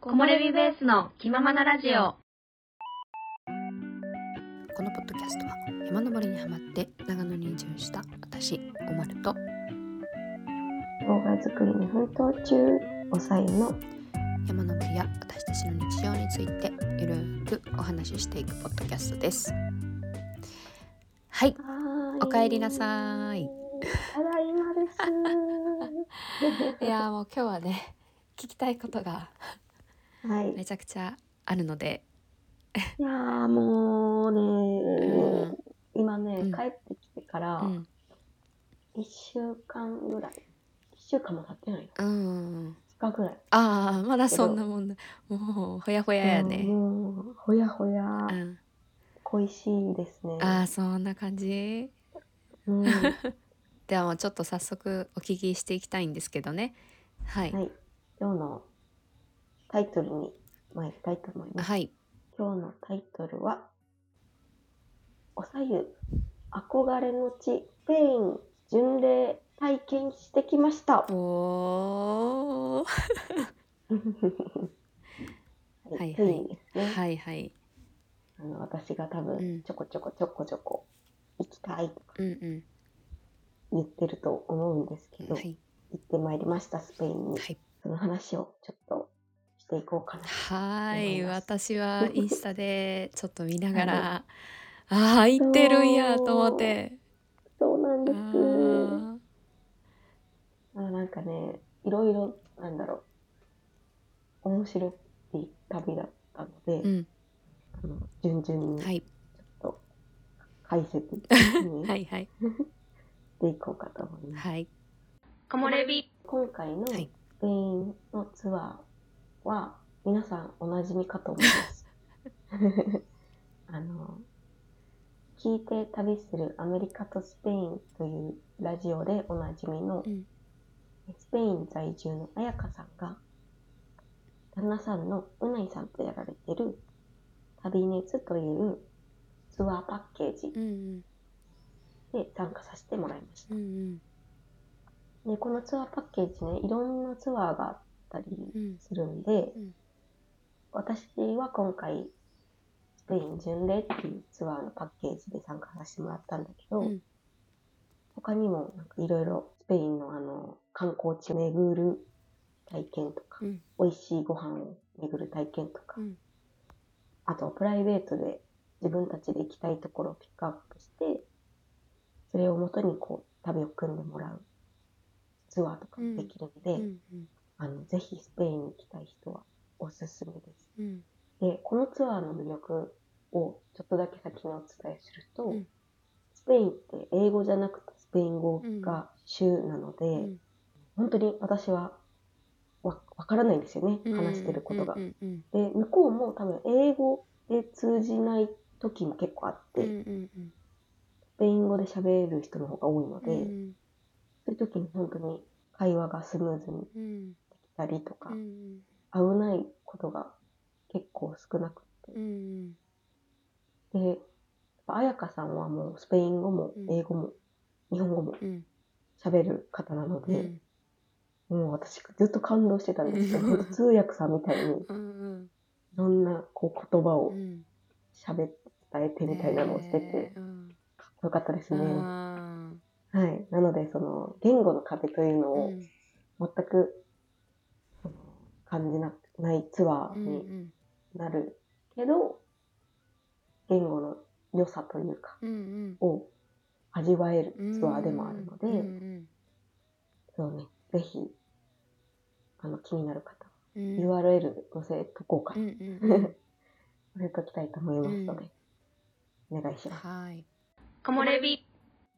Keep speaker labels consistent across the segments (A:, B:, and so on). A: 木漏れ日ベースの気ままなラジオ。
B: このポッドキャストは山登りにハマって長野に移住した私おまると
C: 動画作りに奮闘中おさゆの
B: 山登りや私たちの日常についてゆるくお話ししていくポッドキャストですはいおかえりなさい
C: ただいまです
B: いやーもう今日はね聞きたいことが
C: はい
B: めちゃくちゃあるので
C: いやーもうね、
B: うん
C: 今ね、
B: うん
C: 帰ってきてから
B: うん
C: 1週間ぐらい1週間も経ってないの
B: うん
C: 2日ぐらい
B: ああまだそんなもんだもうほやほやや
C: うん
B: ね
C: もうほやほや
B: うん
C: 恋しいですね
B: ああそんな感じ
C: うん、は
B: ではもうちょっと早速お聞きしていきたいんですけどねはい
C: い今日のタイトルに参りたいと思います
B: はい
C: 今日のタイトルは、おさゆ、憧れの地、スペイン巡礼体験してきました。
B: おーは
C: はい
B: い
C: スペインですね。
B: はいはい
C: あの私が多
B: うん
C: 分、ちょこちょこちょこちょこ行きたいとか
B: うん
C: 言ってると思うんですけ
B: う
C: ど、
B: んはい
C: 行ってまいりました、スペインに。
B: はい
C: その話をちょっとしていこうかな。
B: は
C: 思
B: ーい
C: います
B: 私はインスタでちょっと見ながらああ行ってるんやと思って
C: そうなん
B: あ
C: です。
B: ー
C: あなんかね、いろいろ、なんだろう、面白い旅だったので、
B: うん
C: あの順々に
B: はい
C: 解説 に
B: は
C: し
B: いはい
C: ていこうかと思います。
B: はい
A: 木漏れ日。
C: 今回のス
B: は
C: ペイ
B: い
C: ンのツアーは、皆さんおなじみかと思います。 あの、聞いて旅するアメリカとスペインというラジオでおなじみの、
B: うん
C: スペイン在住の彩香さんが、旦那さんのうないさんとやられてる旅熱というツアーパッケージ
B: うん
C: で参加させてもらいました
B: うんう。ん
C: で、このツアーパッケージね、いろんなツアーがあったり
B: うん
C: するんで、
B: うん
C: 私は今回、スペイン巡礼っていうツアーのパッケージで参加させてもらったんだけど、
B: うん
C: 他にもなんかいろいろスペインのあの、観光地を巡る体験とか、
B: うん
C: 美味しいご飯を巡る体験とか、
B: うん
C: あとプライベートで自分たちで行きたいところをピックアップして、それをもとにこう旅を組んでもらうツアーとかもできるので、
B: うん
C: あのぜひスペインに行きたい人はおすすめです。
B: うん
C: で、このツアーの魅力をちょっとだけ先にお伝えすると、
B: うん
C: スペインって英語じゃなくてスペイン語が州なので、
B: ん
C: 本当に私はわわからないんですよね、
B: うん
C: 話してることが
B: う。んうん
C: で向こうも多分英語で通じない時も結構あって、
B: うんうんうん
C: スペイン語で喋る人の方が多いので、
B: うん
C: そういう時に本当に会話がスムーズにで
B: うん
C: きたりとか、
B: うん
C: 危ないことが結構少なくて
B: う、ん
C: でやっぱ彩香さんはもうスペイン語も
B: うん
C: 英語も、日本語も
B: うん
C: 喋る方なの
B: う
C: で、
B: ん
C: もう私ずっと感動してたんですけど、
B: うん
C: 通訳さんみたいにい
B: うん
C: ろんなこう言葉
B: う
C: を
B: ん
C: 喋って伝えてみたいなのをしてて、
B: うん
C: かっこよかったですね。
B: うん
C: はい。なので、その、言語の壁というの
B: う
C: を
B: ん
C: 全く、その感じなくないツアー
B: う
C: に
B: ん
C: なるけど、言語の良さというか、
B: うん
C: を味わえる
B: うん
C: ツアーでもあるので、
B: うん
C: そうね、ぜひ、あの、気になる方、
B: うん
C: URL 載せとこうか
B: う
C: な。
B: んうんうん
C: 載せときたいと思いますので、お願いします。
B: はい
A: 木漏れ日。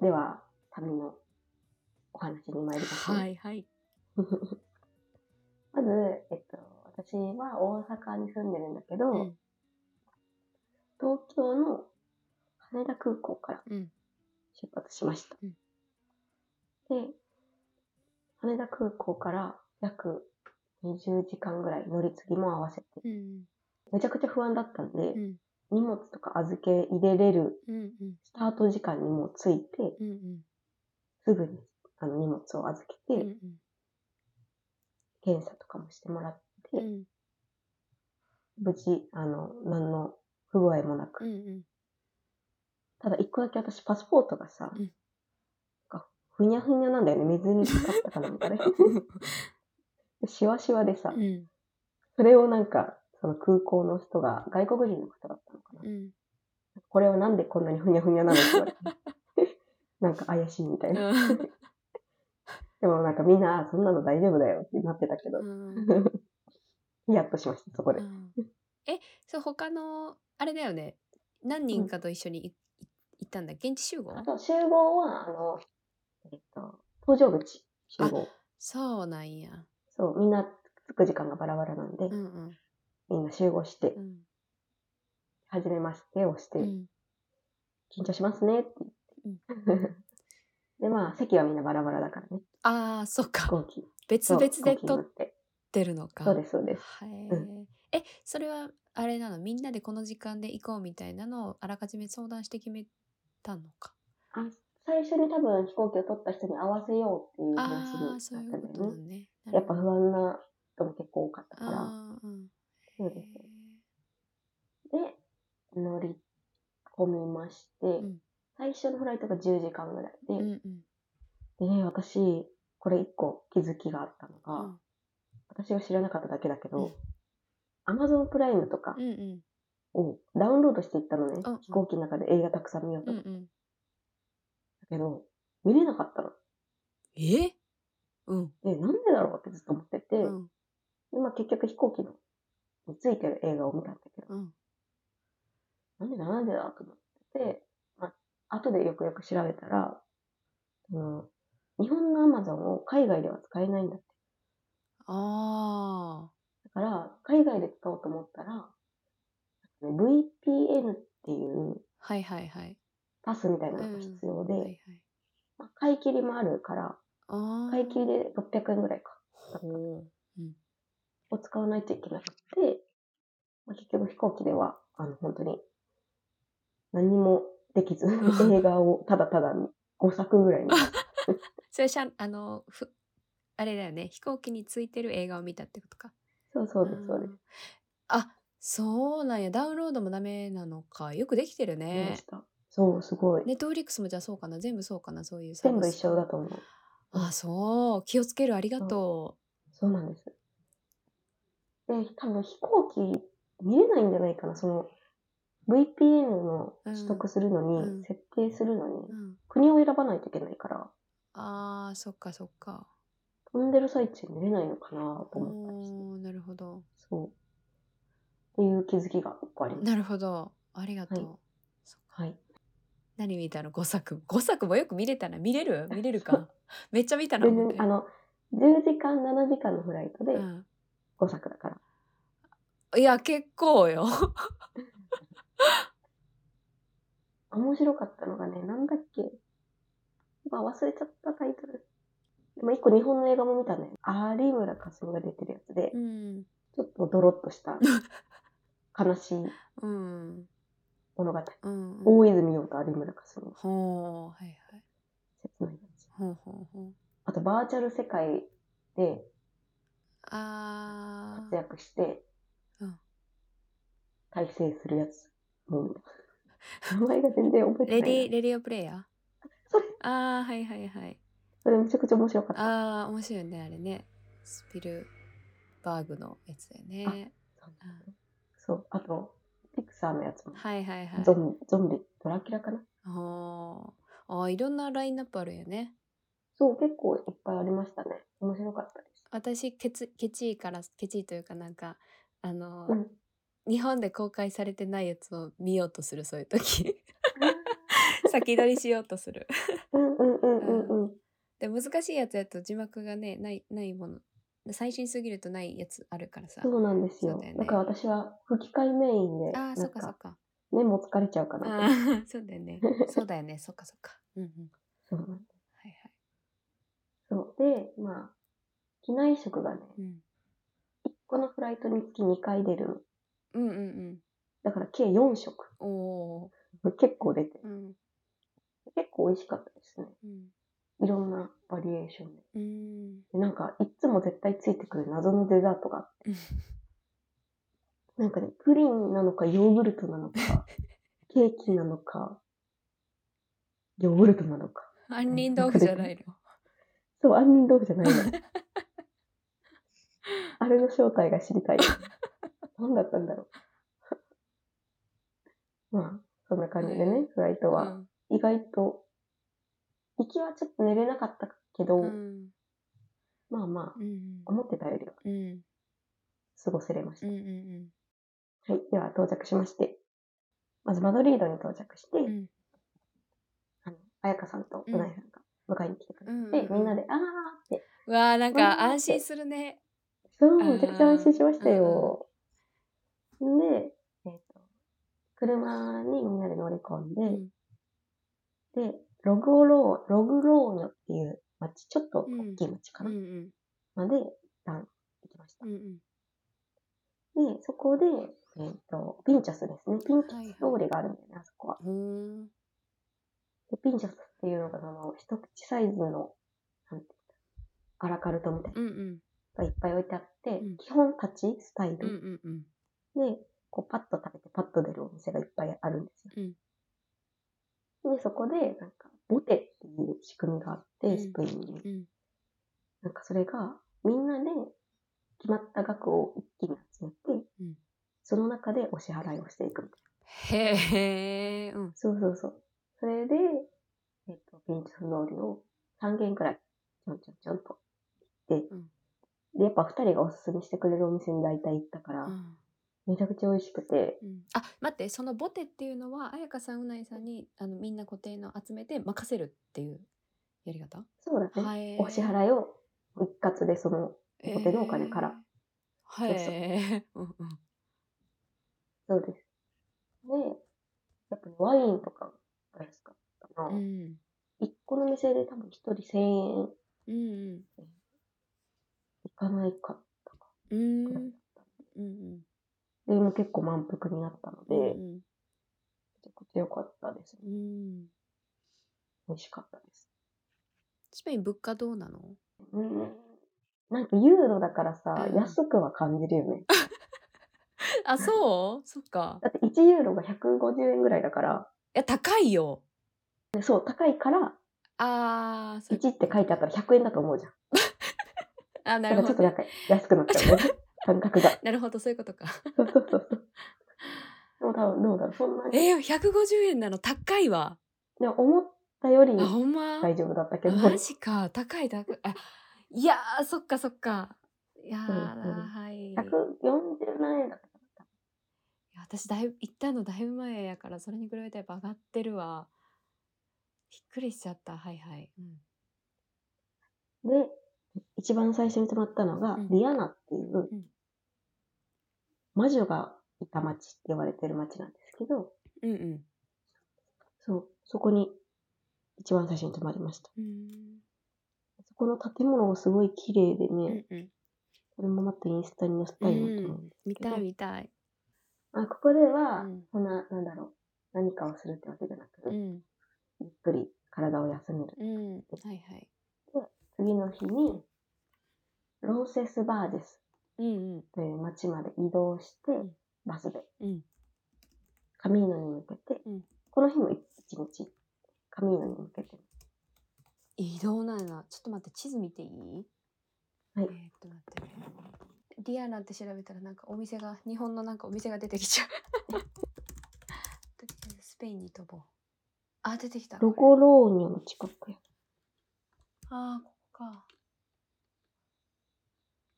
C: では、旅のお話に参りましょう。
B: はいはい
C: まず、えっと、私は大阪に住んでるんだけど、
B: うん
C: 東京の羽田空港から
B: うん
C: 出発しました。
B: うん
C: で、羽田空港から約20時間ぐらい乗り継ぎも合わせて、
B: うん
C: めちゃくちゃ不安だったんで、
B: うん
C: 荷物とか預け入れれる
B: うんうん
C: スタート時間にもう着いて、
B: うんうん
C: すぐにあの荷物を預け
B: う
C: て、
B: ん
C: 検査とかもしてもらって、
B: うん
C: 無事、あの、何の不具合もなく。
B: うんうん
C: ただ一個だけ私パスポートがさ、
B: うん
C: なんかふにゃふにゃなんだよね。水に浸かったかなん かね。しわしわでさ、
B: うん
C: それをなんか、その空港の人が、外国人の方だったのかな。
B: うん
C: これはなんでこんなにふにゃふにゃなのって言われて。 なんか怪しいみたいな。でもなんかみんな、あそんなの大丈夫だよってなってたけど、
B: うん
C: ヒヤッとしました、そこで。
B: えそう他のあれだよね何人かと一緒にいい行ったんだ現地集合
C: あと、集合は、あの、えっと、搭乗口集合。
B: そうなんや
C: そう、みんな着く時間がバラバラなんで、
B: うんうん
C: みんな集合して
B: う、ん
C: はじめましてをして、
B: うん
C: 緊張しますねって言って。 で、まあ、席はみんなバラバラだからね、
B: ああそっ
C: 飛
B: か
C: 行機。
B: 別
C: そう
B: 々で
C: 飛行機に乗
B: 撮っ
C: って。
B: てるのか
C: そうです、そうです。
B: はい、
C: う
B: えそれはあれなのみんなでこの時間で行こうみたいなのをあらかじめ相談して決めたのか
C: あ最初に多分飛行機を取った人に合わせようっていう話に
B: あ
C: な
B: あ
C: っ
B: ーそ
C: た
B: うんいう
C: だよ
B: ことな
C: ね。
B: んねな
C: や
B: る
C: っぱ
B: ほど
C: 不安な人も結構多かったから。
B: あーうん
C: そうですよで、乗り込みまして、
B: ん
C: 最初のフライトが10時間ぐらいで、
B: うんうん
C: でね、私、これ一個気づきがあったの
B: う
C: が、
B: ん
C: 私が知らなかっただけだ
B: う
C: け
B: ん
C: ど、Amazon プライムとか
B: うんうん
C: をダウンロードしていったのね、
B: うんうん
C: 飛行機の中で映画たくさん見ようと
B: うん
C: 思っ
B: うん
C: たけど、見れなかったの。
B: えうん
C: で、なんでだろうってずっと思ってて、
B: うん
C: でまあ結局飛行機のについてる映画を見たんだけど、
B: うん
C: なんでだなんでだと思ってて、まあ、後でよくよく調べたら、その日本の Amazon を海外では使えないんだって。
B: あ
C: だから、海外で使おうと思ったら、VPN っていう
B: あーはいはいはい
C: パスみたいなのが必要で、
B: はいはい
C: まあ、買い切りもあるから、
B: ああ
C: 買い切りで600円ぐらいか、
B: ほううん
C: を使わないといけなくて、まあ、結局飛行機では、あの、本当に、何も できず、映画をただただ5作ぐらい見て
B: それしゃあのふあれだよね飛行機についてる映画を見たってことか
C: そうそうです、そうです。
B: んあそうなんやダウンロードもダメなのかよくできてる
C: どうで
B: ね
C: したそう、すごい。
B: ネットフリックスもじゃあそうかな全部そうかなそういうサー
C: 全
B: ビス
C: 部一緒だと思う。
B: あそう気をつけるありがと
C: そうなんです。で、多分飛行機見れないんじゃないかな、その、VPN の取得するの
B: うんうん
C: に、設定するの
B: う、
C: に、
B: うん、
C: 国を選ばないといけないから、
B: あーそっかそっか
C: 飛んでる最中見れないのかなと思ったりして。
B: おーなるほど
C: そう。っていう気づきが一個あります。
B: なるほどありがとう、
C: はい
B: そっか
C: はい。
B: 何見たの5作5作もよく見れたな見れ る見れるかめっちゃ見たな
C: 全然
B: 本、当
C: あ
B: に
C: の、10時間、7時間のフライトで
B: うん
C: 5作だから。
B: いや結構よ
C: 面白かったのがね、なんだっけ。まあ忘れちゃったタイトル。でも一個日本の映画も見たね。有村架純が出てるやつで、
B: うん
C: ちょっとドロッとした悲しい
B: うん
C: 物語。
B: うんうん
C: 大泉洋と有村架純の
B: ほうはいはい
C: 切ないやつ。
B: ほうほうほう
C: あと、バーチャル世界で
B: あ
C: 活
B: ー
C: 躍して
B: うん、
C: 大成するやつ。もう、 名前が全然覚えて
B: レ
C: な
B: デ
C: い
B: ィ
C: な。
B: レディオプレイヤー
C: それ、
B: あーはいはいはい
C: それめちゃくちゃ面白かった。
B: あー面白いねあれねスピルバーグのやつだよね
C: そうそう。あと、ピクサーのやつも。
B: はいはいはい
C: ゾンビ、ゾンビ、ドラキュラかな
B: ほうあーいろんなラインナップあるよね
C: そう、結構いっぱいありましたね。面白かったです。
B: 私ケツケチいからケチいというかなんかあのー、
C: うん。
B: 日本で公開されてないやつを見ようとするそういう 時先取りしようとする
C: うんうんうんうんうん。
B: で難しいやつやと字幕がねないないもの最新すぎるとないやつあるからさ
C: そうなんです
B: そ
C: よ
B: うだよ。ね
C: だから私は吹き替えメインで、
B: あ
C: な
B: あそ
C: ん
B: っかそ
C: か
B: っか
C: 目も疲れちゃうかなと
B: あ
C: 思って。
B: ー そうだよ ねそうだよねそっかそっかうんうん
C: そうなんです
B: はいはい
C: そう。で、まあ、機内食がね、
B: うん
C: 1個のフライトにつき2回出るの。
B: うんうん
C: だから計4食。
B: うんお
C: 結構出て
B: ー。うん
C: 結構美味しかったですね。
B: うん
C: いろんなバリエーションで。
B: うん
C: でなんか、いっつも絶対ついてくる謎のデザートがあって。なんかね、プリンなのかヨーグルトなのか、ケーキなのか、ヨーグルトなのか。
B: 杏仁豆腐じゃないの。
C: そう、杏仁豆腐じゃないの。 あれの正体が知りたい。何だったんだろう。まあ、そんな感じでね、フライトは。意外と、行きはちょっと寝れなかったけど、
B: うん。うん
C: まあまあ、
B: うん
C: 思ってたよりは
B: うんうん
C: 過ごせれまし
B: う
C: た。
B: んうん
C: はい、では到着しまして、まずマドリードに到着して、
B: うん
C: あの、彩香さんとうなえさんが迎えに来てくれて、
B: うんうん
C: みんなで、あーって、
B: うわあなんか
C: わー
B: 安心するね。
C: そう、
B: あー
C: めちゃくちゃ安心しましたよ。んで、えっ、と、車にみんなで乗り込んで、
B: うん
C: で、ログロー、ログローニョっていう町、ちょっと大きい町か
B: うん
C: な、
B: うん
C: まで、一旦行きました
B: う。んうん
C: で、そこで、えっ、と、ピンチャスですね。ピンチャス通りがあるんだよね、あそこは。
B: ほーん。
C: で、ピンチャスっていうのが、その、一口サイズの、なんていうか、アラカルトみたいな
B: うんうん
C: のがいっぱい置いてあって、
B: ん
C: 基本立ちスタイ
B: うんう
C: ル
B: んうん
C: で、こう、パッと食べてパッと出るお店がいっぱいあるんですよ。で、そこで、なんか、ボテっていう仕組みがあって、
B: うん
C: スペインに。
B: うん
C: なんかそれが、みんなで決まった額を一気に集めて、
B: うん
C: その中でお支払いをしていくみたいな。
B: へえ。うん
C: そうそうそう。それで、えっ、と、ピンチの料理を3軒くらい、ちょんちょんちょんと行って、
B: うん
C: で、やっぱ2人がおすすめしてくれるお店に大体行ったから、
B: うん
C: めちゃくちゃ美味しくて、
B: うんあ待ってそのボテっていうのは彩香さんうないさんにあのみんな固定の集めて任せるっていうやり方
C: そうだね。
B: はい。
C: お支払いを一括でその、
B: い
C: ボテのお金から。
B: はい。うんうん
C: そうです。で、やっぱりワインとかが安かったな。
B: うん
C: 一個の店で多分一人1000円
B: うん
C: いかないかったか
B: うんうん
C: くらいだった。
B: うん
C: で、今結構満腹になったので、
B: う
C: め
B: ん
C: ちゃくちゃ良かったですね。
B: うん
C: 美味しかったです。
B: スペイン物価どう なの
C: うんなんかユーロだからさ、
B: うん
C: 安くは感じるよね。
B: あそうそっか
C: だって1ユーロが150円ぐらいだから、
B: いや高いよ
C: でそう、高いから、
B: ああ、そ
C: 1
B: ういうこ
C: って書いてあったら100円だと思うじゃん。
B: とあ、な
C: だか
B: る
C: らち
B: ほ
C: ょっと
B: ど
C: なん。か安くなっち ゃうね。感覚が。
B: なるほど、そういうことか。
C: そうそうそうそう。でも多分どうだろう。そんなに。
B: えー、150円なの高いわ。
C: でも思ったより
B: あ、ほんま。
C: 大丈夫だったけど、
B: マジか、高い高い。あ、いやー、そっかそっか。いやー、
C: うんうん
B: はい。いや
C: 140何円だったかな。
B: 私だいぶ、行ったのだいぶ前やから、それに比べてやっぱ上がってるわ。びっくりしちゃった。はいはい。うん
C: で、一番最初に泊まったのが、
B: うん
C: リアナっていう、
B: ん
C: 魔女がいた町って言われてる町なんですけど、
B: うんうん
C: そう、そこに一番最初に泊まりました。
B: うーん。
C: そこの建物もすごい綺麗でね、
B: うんうん。
C: これもまたインスタに載せたいなと思うんです
B: 見
C: けど、
B: たい見たい。
C: あここでは、
B: うん
C: そんな、なんだろう、何かをするってわけじゃなく、
B: うん。
C: ゆっくり体を休める。
B: うん。はいはい。
C: 次の日に、ローセスバーデス
B: うんうん。
C: という町まで移動して、
B: ん
C: バスで
B: うん。
C: カミーノに向けて、
B: うん
C: この日も一日、カミーノに向けて。
B: 移動なんだ。ちょっと待って、地図見ていい
C: はい
B: えーっと、待ってね。リアナって調べたらなんかお店が、日本のなんかお店が出てきちゃう。とりあえずスペインに飛ぼう。あ、出てきた。
C: ロゴローニョの近くや。
B: あー、ここか。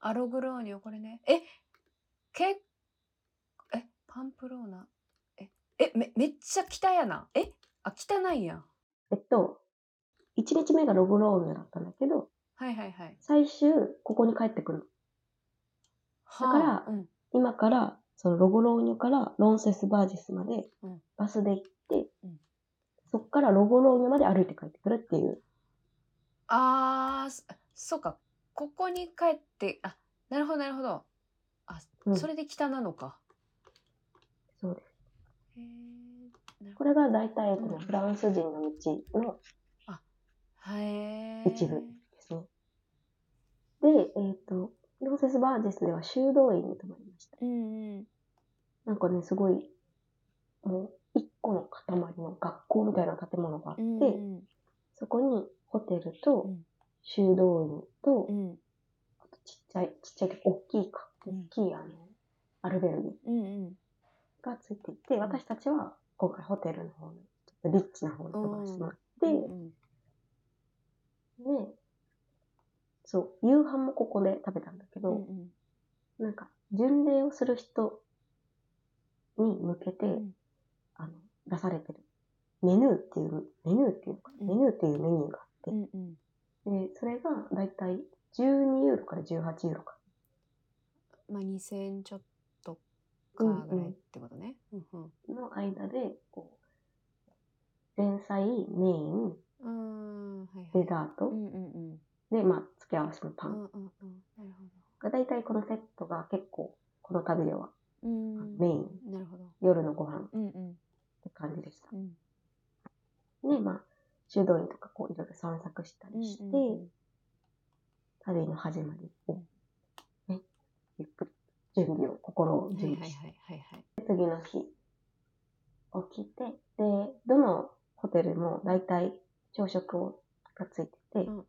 B: アログローニョ、これね。えけえパンプローナ。ええめ、めっちゃ北やな。えあ、北ないやん。
C: えっと、一日目がロゴローニョだったんだけど、
B: はいはいはい。
C: 最終、ここに帰ってくるの。
B: はあ
C: だから
B: うん。
C: 今から、そのロゴローニョからロンセスバージスまで
B: うん、
C: バスで行って、
B: うん
C: そっからロゴローニョまで歩いて帰ってくるっていう。
B: あーそそうかここに帰ってあなるほどなるほどあ、
C: うん
B: それで北なのか
C: そうです。
B: へえなるほ
C: これが大体、この
B: うん
C: フランス人の道の
B: どへえ
C: 一部ですね。で、えっ、と、ロンセスバージスでは修道院に泊まりました。
B: うんうん
C: なんかね、すごい、もう、一個の塊の学校みたいな建物があって、
B: うん
C: そこにホテル
B: う
C: と
B: ん
C: 修道院と、
B: うん
C: あとちっちゃい、ちっちゃいけど、大きいか、
B: う
C: 大
B: ん
C: きいあの、アルベルギ
B: うんうん
C: がついていて、私たちは今回ホテルの方の、ちょっとリッチな方のところにしまって、
B: うん
C: で、そう、夕飯もここで食べたんだけ
B: う
C: ど、
B: ん
C: なんか、巡礼をする人に向けて、
B: うん
C: あの、出されてる。メヌーっていう、メヌーっていうのか
B: う
C: な、
B: ん
C: メヌーっていうメニューがあって
B: う、んうん
C: で、それがだいたい12ユーロから18ユーロか。
B: まあ2000ちょっとかぐらいってことねうんうん
C: の間で、こう、前菜、メイン、
B: あーはいは
C: デ
B: い
C: ザー
B: う
C: ト、
B: んうんうん
C: で、まあ、付け合わせのパ
B: う
C: ン
B: んうんうんなるほ
C: が、だいたいこのセットが結構、この旅では
B: どうん
C: メイン
B: なるほど
C: 夜のご飯っ
B: うんうん
C: て感じでした。
B: うん
C: で、まあ、修道院とかこう、いろいろ散策した
B: うん
C: りして、
B: うん
C: 旅の始まりを、ね、ゆっくり、準備を、心を
B: うんはい
C: 準
B: は
C: 備
B: い
C: して、
B: はいはいはい
C: 次の日、起きて、で、どのホテルも大体朝食をがついてて、
B: うんうん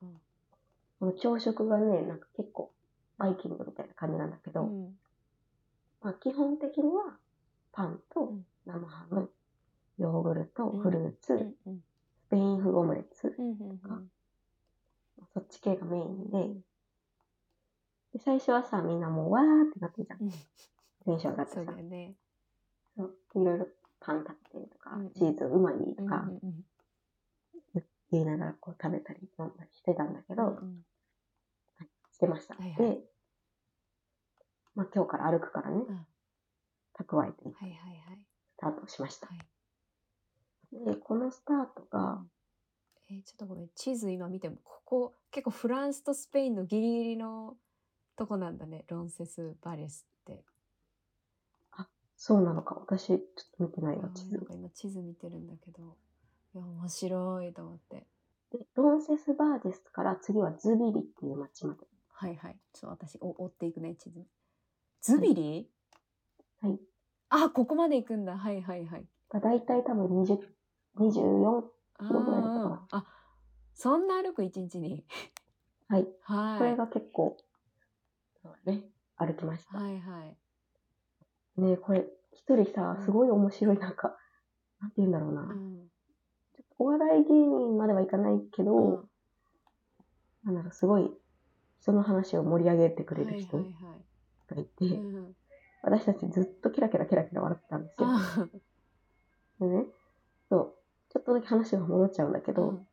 C: この朝食がね、なんか結構、バイキングみたいな感じなんだけど、
B: うん
C: まあ基本的には、パン
B: う
C: と
B: ん
C: 生ハム、ヨーグルト、
B: うん
C: フルーツ、
B: うんうん
C: スペイン風オムレツ、
B: うんうんうん
C: そっち系がメインで、で最初はさ、みんなもうわーってなってるじゃん。
B: うん
C: テンション上がって
B: そう
C: さ
B: だ、よね
C: そういろいろパン食べたりとか、
B: うん
C: チーズうまいと
B: うん
C: か、
B: うんうん
C: 言いながらこう食べたり飲んだりしてたんだけど、
B: うん
C: してました。
B: はいはい
C: で、まあ、今日から歩くからね
B: うん、
C: 蓄えて
B: はいはいはい
C: スタートしました
B: は。い
C: で、このスタートが、
B: えーちょっとごめん地図今見てもここ結構フランスとスペインのギリギリのとこなんだねロンセスバレスって
C: そうなのか、私ちょっと見てな
B: あ
C: いよ、
B: ー
C: 地
B: な
C: 図
B: ん。か今地図見てるんだけどいや面白いと思って
C: で、ロンセスバーデスから次はズビリっていう町まで。
B: はいはいちょっと私お追っていくね地図ズビリ、
C: はい。
B: あここまで行くんだはいはいはい
C: だいたい多分20、24、
B: あ
C: どこまで行ったかな
B: ーあそんな歩く一日に
C: はい。
B: はい
C: これが結構、そうだね、歩きました。
B: はいはい
C: ねこれ、一人さ、すごい面白い、なんか、なんて言うんだろうな。
B: うん
C: お笑い芸人まではいかないけど、
B: うん
C: なんだろう、すごい、人の話を盛り上げてくれ
B: は
C: る
B: い
C: 人
B: は
C: が
B: いはい
C: いて、
B: い、うん、
C: 私たちずっとキラキラキラキラ笑ってたんですよ。
B: あ
C: でね、そう、ちょっとだけ話が戻っちゃうんだけど、
B: うん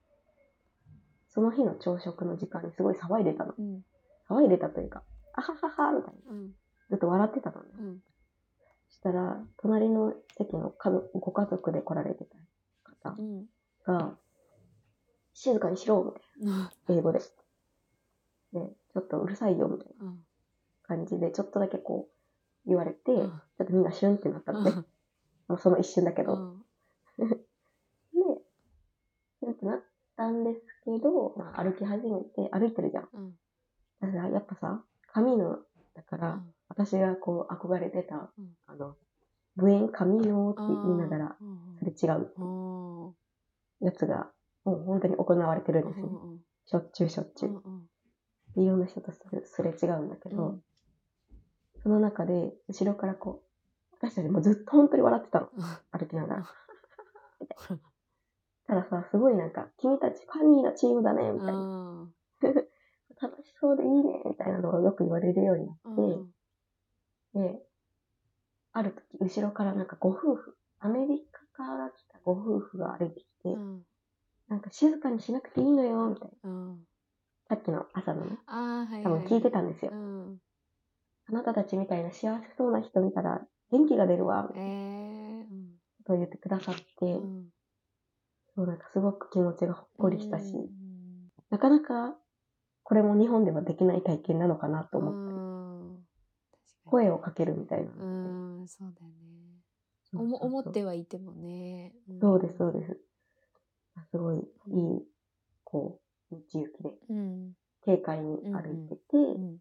C: その日の朝食の時間にすごい騒いでたの。
B: うん
C: 騒いでたというか、あはははみたいな。
B: うん
C: ずっと笑ってたのね。
B: うん
C: そしたら、隣の席の家族ご家族で来られてた
B: う
C: 方
B: ん
C: が、静かにしろみたい
B: うん
C: な。英語で。で、ちょっとうるさいよみたいな。
B: うん
C: 感じで、ちょっとだけこう、言われて、
B: う
C: ちょ
B: ん
C: っとみんなシュンってなったのね。まあその一瞬だけど。で、シュンってなったんですけど、まあ、歩き始めて、歩いてるじゃん。
B: うんうん
C: だからやっぱさ、髪の、だか
B: う
C: ら、
B: ん
C: 私がこう憧れてた、
B: うん
C: あの、ブエン髪のって言いながら、
B: うんうん
C: それ違う
B: うん
C: やつが、もう本当に行われてるんですよ。
B: うん
C: しょっちゅうしょっちゅう。
B: うん
C: でいろんな人とすれすれ違うんだけど、その中で、後ろからこう、私たちもずっと本当に笑ってたの。歩きながら。 たださ、すごいなんか、君たちファニーなチームだね、みたいな。
B: うん
C: 楽しそうでいいね、みたいなのをよく言われるようにな
B: うん
C: って、で、ある時、後ろからなんかご夫婦、アメリカから来たご夫婦が歩いてきて、
B: うん
C: なんか静かにしなくていいのよ、みたい
B: うん
C: な。さっきの朝のね、
B: あーはい
C: 多
B: は
C: 分
B: い
C: 聞いてたんですよ。
B: うん
C: あなたたちみたいな幸せそうな人見たら元気が出るわ、みた
B: え
C: いな
B: ーうん
C: ことを言ってくださって、
B: うん
C: そうなんかすごく気持ちがほっこりしたし、
B: うん
C: なかなかこれも日本ではできない体験なのかなと思って、
B: うん確かに
C: 声をかけるみたいなのって。
B: うんそうだよね
C: そう
B: おも
C: そうそう
B: 思ってはいてもねん
C: そうです、そうです。あすごいいい、こう、道行きで、
B: うん
C: 軽快に歩いてて、
B: うん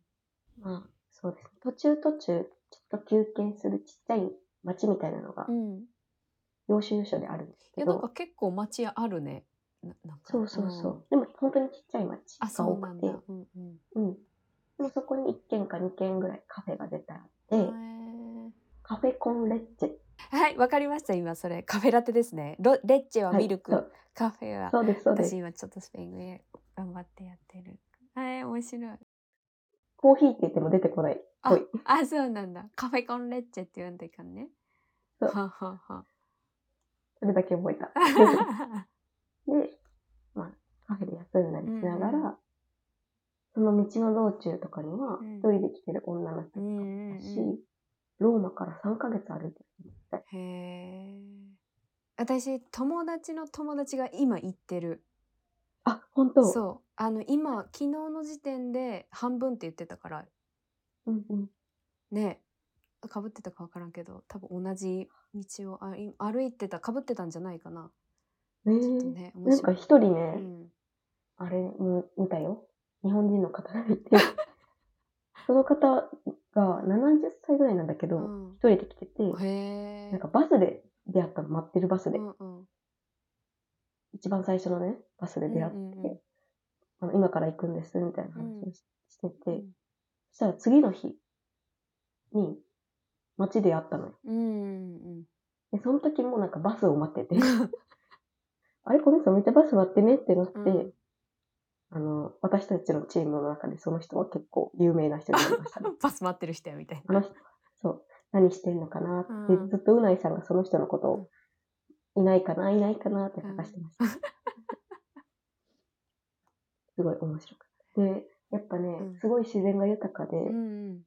C: まあ、そうですね。途中途中、ちょっと休憩するちっちゃい街みたいなのが
B: うん、
C: 要所要所であるんです
B: い
C: け
B: やなん
C: ど
B: か結構町あるねななんか
C: そうそうそう、
B: ん
C: でも本当にちっちゃい街
B: あ
C: が
B: そ
C: 多
B: うな
C: く
B: ん
C: て
B: だ、うんうん
C: うん、でもそこに1軒か2軒ぐらいカフェが出てあって、
B: へー
C: カフェコンレッチェ
B: はいわかりました今それカフェラテですねロレッチェはミルク、
C: はいそう
B: カフェは
C: そうですそうです
B: 私今ちょっとスペイン語で頑張ってやってるはい面白い
C: コーヒーって言っても出てこない
B: あ
C: ぽい
B: あそうなんだカフェコンレッチェって呼んでいかんね
C: そう
B: ははは
C: それだけ覚え たで、まあ、カフェで休んだりしながら、
B: うんう
C: その道の道中とかには
B: うん、
C: 一人で来てる女の人
B: う
C: だ
B: んうん
C: し、
B: うん
C: ローマから3ヶ月歩いてる。
B: へえ私友達の友達が今行ってる
C: あ、本
B: そ
C: 当
B: うあの今昨日の時点で半分って言ってたから
C: うんうん。
B: ねかぶってたか分からんけど多分同じ道をあい歩いてたかぶってたんじゃないかな
C: ね
B: ちょっと
C: え
B: ね面
C: なんか
B: 白い
C: 一人ね、
B: うん
C: あれ、む見たよ。日本人の方が いて、その方が70歳ぐらいなんだけど、
B: うん
C: 一人で来てて、
B: へえ
C: なんかバスで出会ったの、待ってるバスで。
B: うんうん
C: 一番最初のね、バスで出会って、
B: うんうんうん
C: あの今から行くんです、みたいな話をし,、てて、
B: うん
C: そしたら次の日に街で会ったのよ。
B: うんうん
C: で、その時もなんかバスを待ってて、あれ、この人めっちゃバス待ってねってなって、
B: うん
C: あの、私たちのチームの中でその人は結構有名な人になりましたね。
B: バス待ってる人やみたい
C: あの人、そう、何してんのかなって、
B: うん
C: ずっとうないさんがその人のことを、いないかな、いないかなって探してました。 すごい面白くて。で、やっぱね、
B: うん
C: すごい自然が豊かで、
B: うんうん、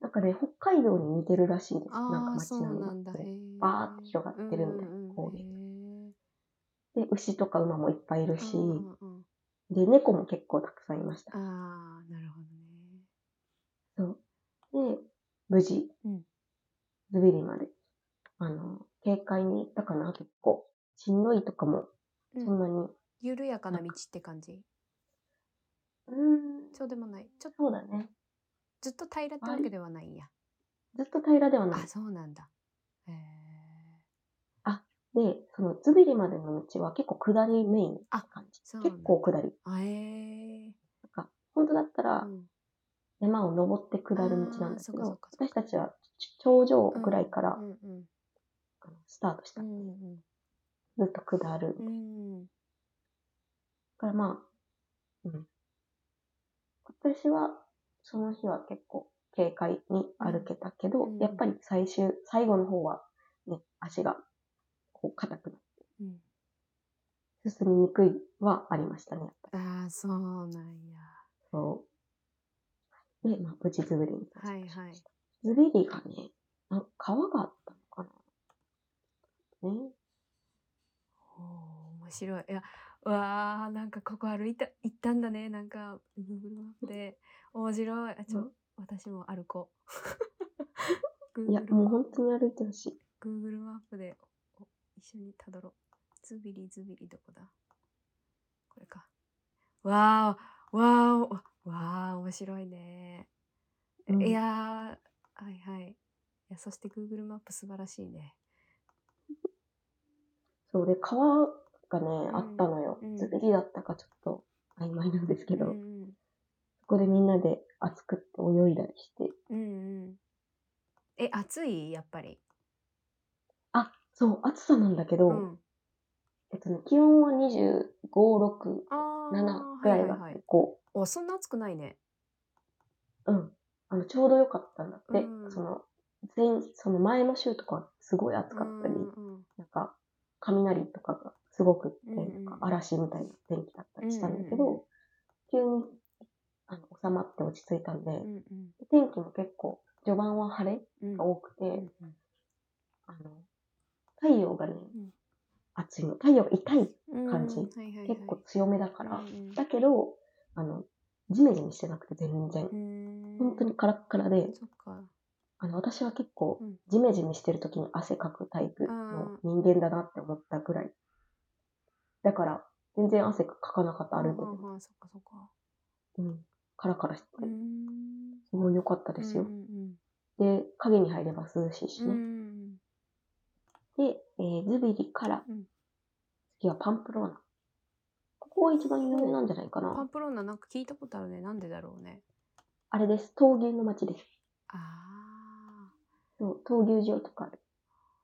C: なんかね、北海道に似てるらしいです。なんか
B: ああ
C: 街
B: そう
C: 並みが
B: なんだへー
C: バーって広がってるみたいな
B: うんう
C: 公
B: んう
C: 園
B: んへ
C: で、牛とか馬もいっぱいいる
B: ー
C: し、
B: うんうんうん
C: で、猫も結構たくさんいました。
B: ああなるほどね
C: で、無事、
B: うん
C: ズビリまで、あの、警戒に行ったかな、結構。しんどいとかも、
B: う
C: そん
B: ん、
C: なに。
B: 緩やかな道って感じ
C: うん、
B: そうでもないちょっと
C: そうだね。
B: ずっと平らってわけではないんや
C: ずっと平らではない
B: あ。そうなんだへえ
C: で、そのズビリまでの道は結構下りメインな感じ。
B: そうなんだ
C: 結構下り。
B: あえ
C: 本当だった
B: ー
C: ら
B: うん
C: 山を登って下る道なんだけ
B: あーそっかそっ
C: ど
B: か、そっ
C: 私たちは頂上ぐらいから
B: うんうん
C: あのスタートした
B: う。ん
C: ずっと下る。
B: う
C: だ
B: んうん
C: からまあ、うん。私は、その日は結構軽快に歩けたけど、
B: うん
C: やっぱり最終、最後の方はね、足がこう硬くな
B: うん
C: る進みにくいはありましたね、やっぱり。
B: ああそうなんや
C: そう。で、まあ、無事ズベリに到着
B: はい
C: し
B: は
C: ま
B: い
C: した。ズベリがね、なんか川があったのかなね。
B: おー面白い。いや、うわあ、なんかここ歩いた、行ったんだね、なんか、Google マップで。面白い。あ、ちょ、
C: うん
B: 私も歩こう。
C: いや、
B: Google
C: もう
B: マ
C: 本当に歩いてほしい。
B: Google マップでお一緒にたどろう。ズビリズビリどこだこれか。わあ、わあ、わあ、面白いね。
C: うん
B: いやー、はいはい。いや、そして Google マップ素晴らしいね。
C: そうで、川がね、
B: ん
C: あったのよ
B: う。ん
C: ズベリだったかちょっと曖昧なんですけ
B: う
C: ど、そ
B: ん
C: こでみんなで熱くって泳いだりして。
B: うん。うんうん。え、暑いやっぱり。
C: あ、そう、暑さなんだけど、
B: うん。
C: えっとね、気温は25、6、
B: あー
C: 7ぐらい
B: はい
C: が
B: はいはい
C: 結、構、
B: おそんな暑くないね
C: うん。あの、ちょうど良かったんだって。
B: うん
C: その、全員、その前の週とかはすごい暑かったり、
B: うんうん
C: なんか、雷とかがすごくって、
B: うんうん
C: なんか嵐みたいな天気だったりしたんだけど、
B: うんうん
C: 急に、あの、収まって落ち着いたんで、
B: うん
C: 天気も結構、序盤は晴れ
B: うん
C: が多くて、
B: うんうん
C: あの、太陽がね、
B: ん
C: 暑いの。太陽が痛い、
B: うん
C: 感じ
B: うんはいはいはい
C: 結構強めだから。
B: うんうん
C: だけど、あの、ジメジメしてなくて全然。
B: うーん
C: 本当にカラッカラで、
B: そっか
C: あの、私は結構
B: うん、
C: ジメジメしてる時に汗かくタイプの人間だなって思ったぐらい。だから、全然汗かかなかった、歩いてて
B: ああああそっかそっか
C: うん。カラカラしてて
B: うー、ん
C: すごい良かったですよ
B: う。ん
C: で、影に入れば涼しいし
B: うんうんう
C: ね。
B: ん
C: で、えーズビリから、
B: うん
C: 次はパンプローナ。ここが一番有名なんじゃないか
B: パン
C: な。
B: プローナなんか聞いたことあるね。なんでだろうね。
C: あれです。闘牛の街です。
B: あ
C: そう、闘牛場とかある。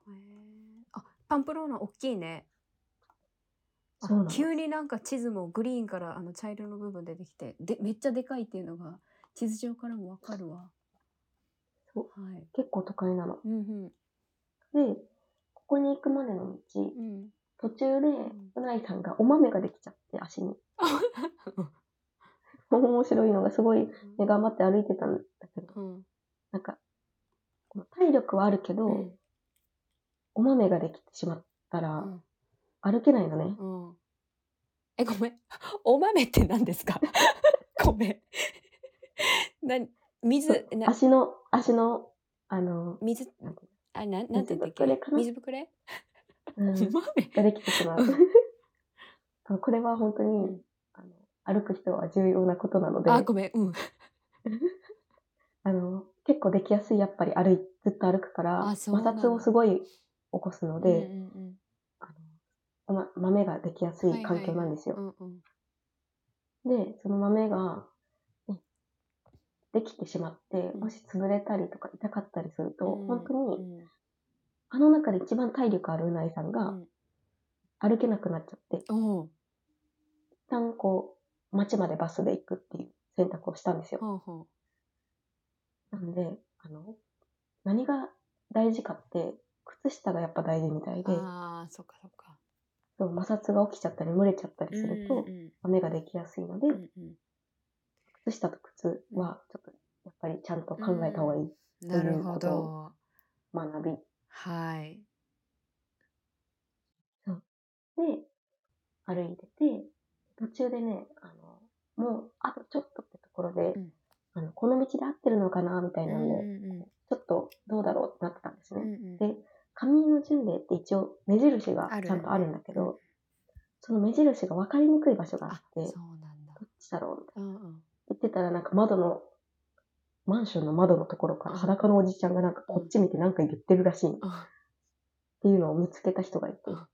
B: ーへーあ。パンプローナ大きいね。あ
C: そうなの。
B: 急になんか地図もグリーンからあの茶色の部分出てきてでめっちゃでかいっていうのが地図上からもわかるわ。
C: そう
B: はい。
C: 結構都会なの。
B: うんうん
C: で、ここに行くまでの道、
B: うん。
C: 途中で
B: ん、
C: うないさんがお豆ができちゃって、足 に。
B: うん
C: 面白いのがすごい、ね、頑張って歩いてたんだけど、
B: うん。
C: なんか、この体力はあるけど、
B: うん
C: お豆ができてしまった
B: う
C: ら、
B: ん
C: 歩けないのね。
B: うん。えごめん。 お豆って何ですか。 ごめん。 な水
C: そう
B: な
C: 足の、足の、あの、
B: 水
C: なんて
B: あなんなんて言ったっ
C: 水ぶくれ
B: け
C: かな
B: 水ぶくれ。 お豆。
C: うん、ができてしまう
B: う。
C: あのこれは本当
B: う
C: に
B: ん、
C: あの、歩く人は重要なことなので、
B: あ
C: あ
B: ごめん。うん。
C: の、結構できやすい、やっぱり歩い、ずっと歩くから、
B: あそう
C: 摩
B: なんだ
C: 擦をすごい起こすので、
B: うん
C: あの、ま、豆ができやすい環境なんですよ。
B: うんうんうん
C: で、その豆が、ねできてしまって、
B: ん
C: もし潰れたりとか痛かったりすると、
B: うん。
C: 本当に、
B: に。
C: あの中で一番体力あるうないさん
B: う
C: が
B: ん。
C: 歩けなくなっちゃって、一
B: おう
C: 旦こう、町までバスで行くっていう選択をしたんですよ。
B: ほうほ。
C: なんで、あの、何が大事かって、靴下がやっぱ大事みたいうで、
B: ああそっかそっか。
C: そう摩擦が起きちゃったり、蒸れちゃったりすると、
B: うん
C: 豆ができやすいので、
B: うんうん
C: 靴下と靴は、ちょっと、やっぱりちゃんと考えた方がいい。
B: うんなるほど。
C: 学び。
B: はい。
C: で、歩いてて、途中でね、あの、もう、あとちょっとってところで、
B: うん
C: あのこの道で合ってるのかな、みた
B: う
C: い
B: んう
C: なんで、
B: ん
C: ちょっとどうだろうってなってたんです
B: うんう
C: ね。
B: んうん。
C: で、紙の巡礼って一応目印が
B: ある
C: ちゃんとあるんだけど、その目印が分かりにくい場所があ
B: あ
C: って、
B: そう
C: どっ
B: なんだ。
C: ちだろうみたいな。
B: うんうん。
C: 言ってたらなんか窓の、マンションの窓のところから裸のおじちゃんがなんかこっち見てなんか言ってるらしいの。
B: あ
C: っていうのを見つけた人がいて
B: うん、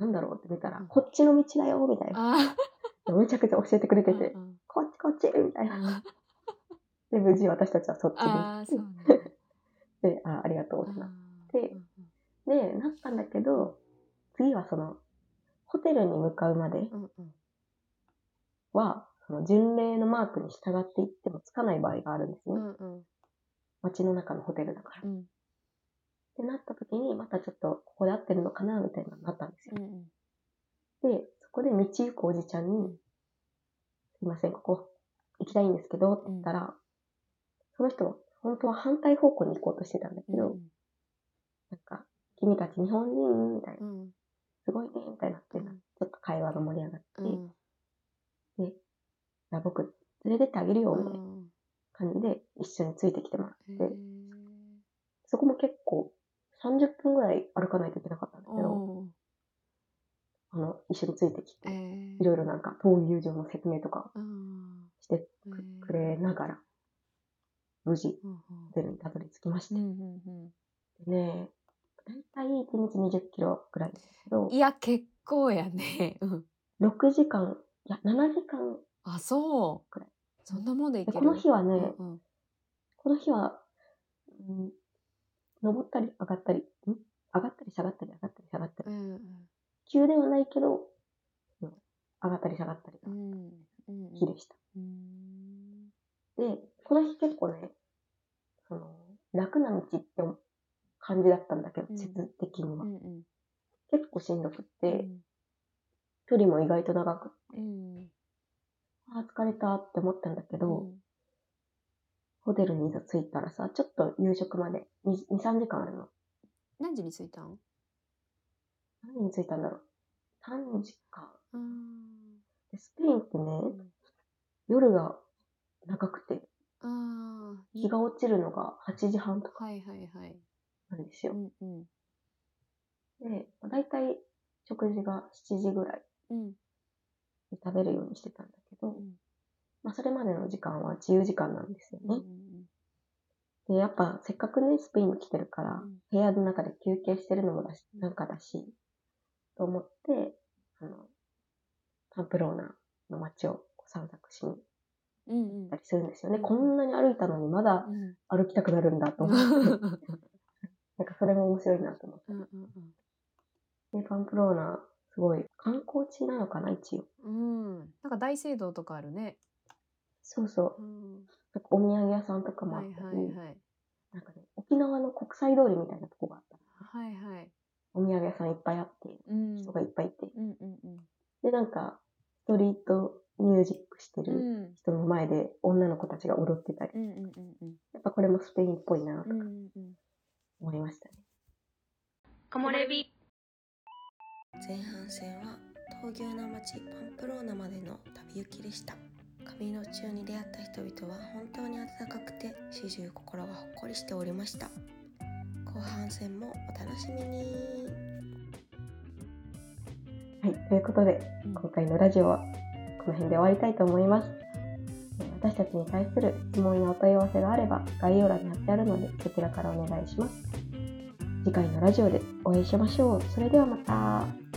C: なんだろうって見たら
B: う、ん
C: こっちの道だよみたいな。
B: あ
C: めちゃくちゃ教えてくれてて
B: う、ん
C: こっちこっちみたいな。
B: あ
C: で、無事私たちはそっちに行
B: あ
C: っ
B: ーそうなん
C: て、で、あありがとうって
B: だ
C: なっ
B: うんうん
C: て、なったんだけど、次はその、ホテルに向かうまで
B: うんうん
C: は、その巡礼のマークに従っていってもつかない場合があるんです
B: う
C: ね。
B: んうん
C: 街の中のホテルだから。っ
B: うん
C: てなった時に、またちょっとここで合ってるのかなみたいなのになったんですよ
B: う。ん
C: で、そこで道行くおじちゃんに、すいません、ここ行きたいんですけど、って言ったら、その人は本当は反対方向に行こうとしてたんだけ
B: うんう
C: ど、
B: ん
C: なんか、君たち日本人みたいな、
B: うん
C: すごいね、みたいになって、
B: うん
C: ちょっと会話が盛り上がって、
B: う
C: じ
B: ん
C: ゃあ僕連れてってあげるよ、みたいな
B: うん
C: 感じで一緒についてきてもら
B: へ
C: っ
B: ー
C: て、そこも結構30分ぐらい歩かないといけなかったんだけど、
B: おー
C: あの、一緒についてき
B: え
C: て、
B: ー
C: いろいろなんか、闘牛場の説明とか
B: うん
C: して
B: へー
C: くれながら、無事、
B: うんうん
C: ホテルにたどり着きまし
B: う
C: て、
B: んうん
C: ねえ、だいたい1日20キロぐらいですけど
B: うん、いや結構やね。うん
C: 6時間、いや、7時間
B: あそう。
C: くらい
B: そんなもんでいけ
C: で、
B: る。
C: この日はね、
B: うんうん
C: この日は、うん、登ったり上がったり、ん上がったり下がったり上がったり下がったり
B: う。ん
C: 急ではないけど、うん上がったり下がったり
B: う
C: の
B: んうん
C: 日でした。
B: うん
C: で、この日結構ね、その、楽な道って感じだったんだけ
B: う
C: ど、
B: ん
C: 地図的に
B: う
C: は。
B: んうん
C: 結構しんどくっ
B: う
C: て、
B: ん
C: 距離も意外と長く、
B: うん
C: あー疲れたって思ったんだけど、
B: うん
C: ホテルにいざ着いたらさ、ちょっと夕食まで2、2 3時間あるの。
B: 何時に着いたん？
C: 何に着いたんだろう。3時間。
B: うん
C: でスペインってね、夜が長くて、
B: ああ、
C: 日が落ちるのが8時半とか
B: はいはいはい。
C: なんですよ
B: う。んうん。
C: で、だいたい食事が7時ぐらい
B: うん
C: に食べるようにしてたんだけ
B: う
C: ど、
B: ん
C: まあそれまでの時間は自由時間なんですよ
B: うんう
C: ね。
B: ん
C: で、やっぱせっかくね、スペインに来てるから
B: うん、
C: 部屋の中で休憩してるのもだし、なんかだし、と思って、あの、パンプローナの街をこう散策しに行っ
B: うんうん
C: たりするんですよね。
B: うん
C: こんなに歩いたのにまだ
B: うん
C: 歩きたくなるんだと
B: うん
C: 思 って、なんかそれも面白いなと思っ
B: うんうん
C: て。で、パンプローナ、すごい観光地なのかな、一応。
B: うん、うんなんか大聖堂とかあるね。
C: そうそう
B: う。ん、
C: なんかお土産屋さんとかもあ
B: は
C: っ
B: い
C: た
B: はい
C: り、
B: はい。
C: なんかね、沖縄の国際通りみたいなとこがあった。
B: はいはい。
C: お土産屋さんいっぱいあって、
B: うん。
C: 人がいっぱいいて。
B: うんうんうん。
C: で、なんか、ストリートミュージックして
B: う
C: る
B: ん
C: 人の前で女の子たちが踊ってたり、
B: うんうんうんうん
C: やっぱこれもスペインっぽいな
B: う
C: と
B: んうんうん。
C: 思いましたね。
A: 木漏れ日、
D: 前半戦は闘牛の町パンプローナまでの旅行きでした旅の中に出会った人々は本当に温かくて始終心はほっこりしておりました後半戦もお楽しみに
C: はい、ということで、
B: うん
C: 今回のラジオはこの辺で終わりたいと思います。えー私たちに対する質問やお問い合わせがあれば概要欄に貼ってあるのでそちらからお願いします。次回のラジオでお会いしましょう。それではまた。